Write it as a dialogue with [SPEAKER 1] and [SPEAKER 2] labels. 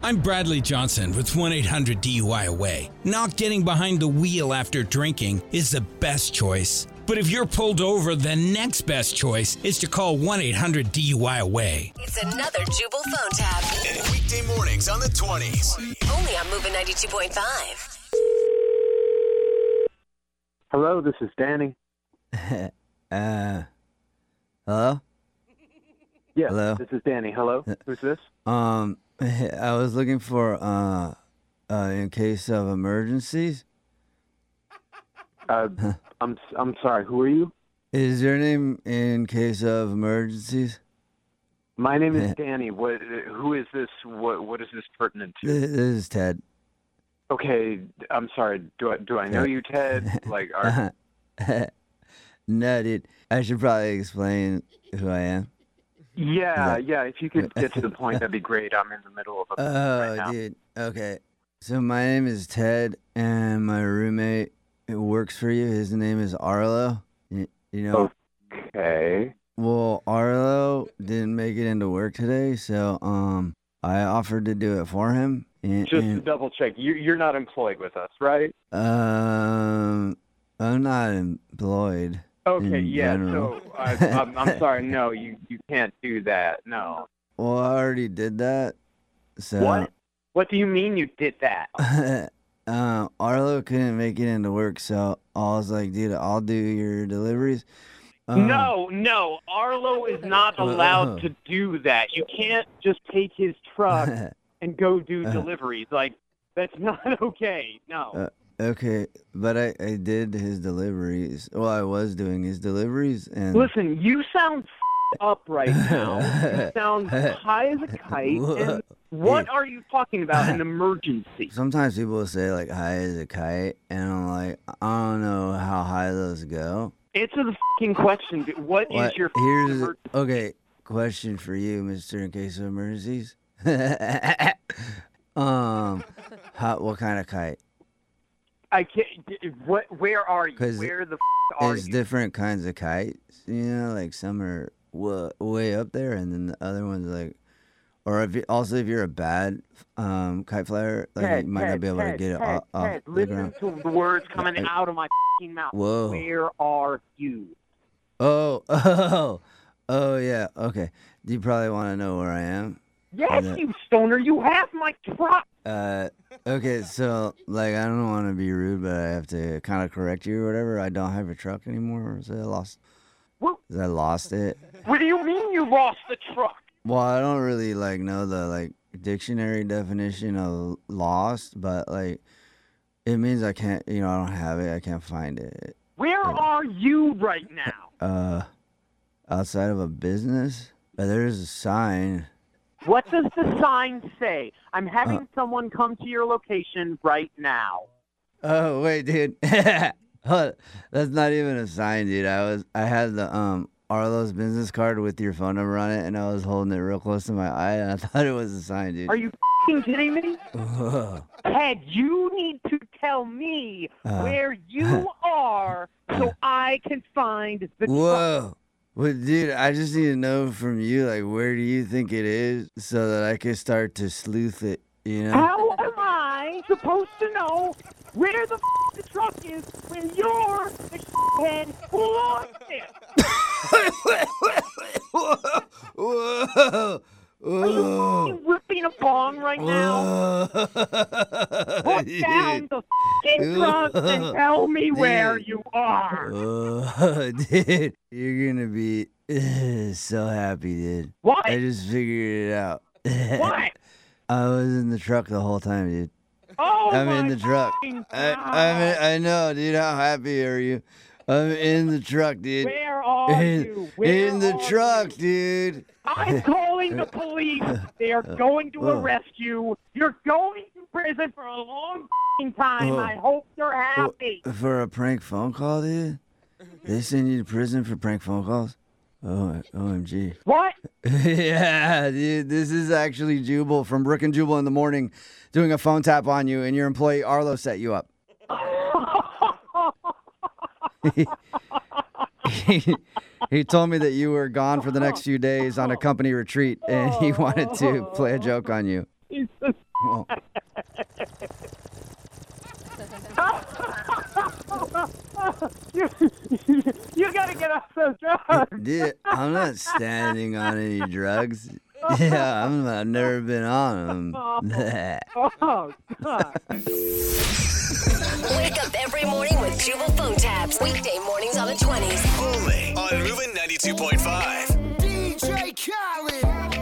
[SPEAKER 1] I'm Bradley Johnson with 1 800 DUI Away. Not getting behind the wheel after drinking is the best choice. But if you're pulled over, the next best choice is to call 1 800 DUI Away.
[SPEAKER 2] It's another Jubal phone tab.
[SPEAKER 3] Weekday mornings on the 20s.
[SPEAKER 2] Only on Moving 92.5.
[SPEAKER 4] Hello, this is Danny.
[SPEAKER 5] Uh, hello.
[SPEAKER 4] Yeah,
[SPEAKER 5] Hello. Uh,
[SPEAKER 4] this is Danny. Hello, who's this?
[SPEAKER 5] Um, I was looking for uh, uh, in case of emergencies.
[SPEAKER 4] Uh, I'm I'm sorry. Who are you?
[SPEAKER 5] Is your name in case of emergencies?
[SPEAKER 4] My name is Danny. What? Who is this? What? What is this pertinent to?
[SPEAKER 5] Th- This is Ted.
[SPEAKER 4] Okay, I'm sorry. Do I do I know you, Ted? Like,
[SPEAKER 5] Uh-huh.
[SPEAKER 4] are,
[SPEAKER 5] No, dude. I should probably explain who I am.
[SPEAKER 4] yeah, yeah. If you could get to the point, that'd be great. I'm in the middle of a
[SPEAKER 5] Oh,
[SPEAKER 4] right now.
[SPEAKER 5] dude. Okay. So my name is Ted, and my roommate who works for you. His name is Arlo. You, you
[SPEAKER 4] Oh,
[SPEAKER 5] know,
[SPEAKER 4] Okay.
[SPEAKER 5] Well, Arlo didn't make it into work today, so um, I offered to do it for him. And,
[SPEAKER 4] Just to
[SPEAKER 5] and,
[SPEAKER 4] double check, you you're not employed with us, right?
[SPEAKER 5] um, I'm not employed.
[SPEAKER 4] Okay,
[SPEAKER 5] In
[SPEAKER 4] yeah.
[SPEAKER 5] general.
[SPEAKER 4] So I, I'm, I'm sorry. No, you you can't do that. No.
[SPEAKER 5] Well, I already did that. So,
[SPEAKER 4] What? What do you mean you did that?
[SPEAKER 5] um, Arlo couldn't make it into work, so I was like, dude, I'll do your deliveries. Um, Uh, uh-huh.
[SPEAKER 4] No, no, Arlo is not allowed to do that. You can't just take his truck
[SPEAKER 5] Uh-huh.
[SPEAKER 4] and go do deliveries. Like that's not okay. No.
[SPEAKER 5] Uh, okay, but I, I did his deliveries. Well, I was doing his deliveries, and
[SPEAKER 4] Listen, you sound f- up right now. You sound high as a kite. And what are you talking about? An emergency?
[SPEAKER 5] Sometimes people will say like high as a kite, and I'm like, I don't know how high those go.
[SPEAKER 4] Answer the fucking question. dude. What is
[SPEAKER 5] What-
[SPEAKER 4] your f-
[SPEAKER 5] here's
[SPEAKER 4] emergency?
[SPEAKER 5] okay question for you, Mister, in case of emergencies. um, how, what kind of kite?
[SPEAKER 4] I can't. d- What? Where are you?
[SPEAKER 5] 'Cause
[SPEAKER 4] Where the f- are
[SPEAKER 5] There's
[SPEAKER 4] you?
[SPEAKER 5] different kinds of kites. You know, like some are wa way up there, and then the other ones like, or if you, also if you're a bad um kite flyer, like
[SPEAKER 4] Ted,
[SPEAKER 5] you might
[SPEAKER 4] Ted,
[SPEAKER 5] not be able
[SPEAKER 4] Ted,
[SPEAKER 5] to get it
[SPEAKER 4] Ted,
[SPEAKER 5] off, off
[SPEAKER 4] Ted,
[SPEAKER 5] the
[SPEAKER 4] listen
[SPEAKER 5] ground.
[SPEAKER 4] to the words coming
[SPEAKER 5] Uh,
[SPEAKER 4] out of my fucking mouth.
[SPEAKER 5] Whoa.
[SPEAKER 4] Where are you?
[SPEAKER 5] Oh, oh, oh, yeah. Okay. You probably want to know where I am.
[SPEAKER 4] Yes,
[SPEAKER 5] Yeah.
[SPEAKER 4] you stoner, you have my truck.
[SPEAKER 5] Uh, okay. So, like, I don't want to be rude, but I have to kind of correct you or whatever. I don't have a truck anymore. So I lost.
[SPEAKER 4] What?
[SPEAKER 5] Is I lost it.
[SPEAKER 4] What do you mean you lost the truck?
[SPEAKER 5] Well, I don't really like know the like dictionary definition of lost, but like it means I can't. You know, I don't have it. I can't find it.
[SPEAKER 4] Where are you right now?
[SPEAKER 5] Uh, outside of a business, but there's a sign.
[SPEAKER 4] What does the sign say? I'm
[SPEAKER 5] Uh.
[SPEAKER 4] having someone come to your location right now.
[SPEAKER 5] Oh wait, dude. Hold- That's not even a sign, dude. I was I had the um Arlo's business card with your phone number on it, and I was holding it real close to my eye, and I thought it was a sign, dude.
[SPEAKER 4] Are you fing kidding me? Ted, you need to tell me
[SPEAKER 5] Uh.
[SPEAKER 4] where you are so I can find the truck.
[SPEAKER 5] Whoa. Well, dude, I just need to know from you, like, where do you think it is, so that I can start to sleuth it. You know?
[SPEAKER 4] How am I supposed to know where the, f- the truck is when you're the head who lost it?
[SPEAKER 5] Whoa! Whoa!
[SPEAKER 4] Are you
[SPEAKER 5] Whoa!
[SPEAKER 4] f***ing whipping a bong right now? Put down the f***ing drugs and tell me where
[SPEAKER 5] Dude.
[SPEAKER 4] you are.
[SPEAKER 5] Oh, dude, you're gonna be so happy, dude.
[SPEAKER 4] What?
[SPEAKER 5] I just figured it out.
[SPEAKER 4] What?
[SPEAKER 5] I was in the truck the whole time, dude.
[SPEAKER 4] Oh
[SPEAKER 5] I'm in
[SPEAKER 4] my
[SPEAKER 5] the truck.
[SPEAKER 4] f***ing
[SPEAKER 5] I,
[SPEAKER 4] God.
[SPEAKER 5] I'm in, I know, dude. How happy are you? I'm in the truck, dude.
[SPEAKER 4] Where are
[SPEAKER 5] in,
[SPEAKER 4] you? Where
[SPEAKER 5] in the
[SPEAKER 4] are
[SPEAKER 5] truck,
[SPEAKER 4] you?
[SPEAKER 5] dude.
[SPEAKER 4] I'm calling the police. They are going to
[SPEAKER 5] Oh.
[SPEAKER 4] arrest you. You're going to prison for a long f***ing time.
[SPEAKER 5] Oh.
[SPEAKER 4] I hope you're happy.
[SPEAKER 5] For a prank phone call, dude. They send you to prison for prank phone calls. Oh, OMG.
[SPEAKER 4] What?
[SPEAKER 5] yeah, dude, this is actually Jubal from Brook and Jubal in the morning doing a phone tap on you, and your employee Arlo set you up. he told me that you were gone for the next few days on a company retreat, and he wanted to play a joke on you.
[SPEAKER 4] Jesus
[SPEAKER 5] Whoa.
[SPEAKER 4] you, you gotta get off those drugs.
[SPEAKER 5] Dude, I'm not standing on any drugs. Yeah, I'm, I've never been on them.
[SPEAKER 4] Oh, God.
[SPEAKER 2] Wake up every morning with Jubal phone tabs. Weekdays.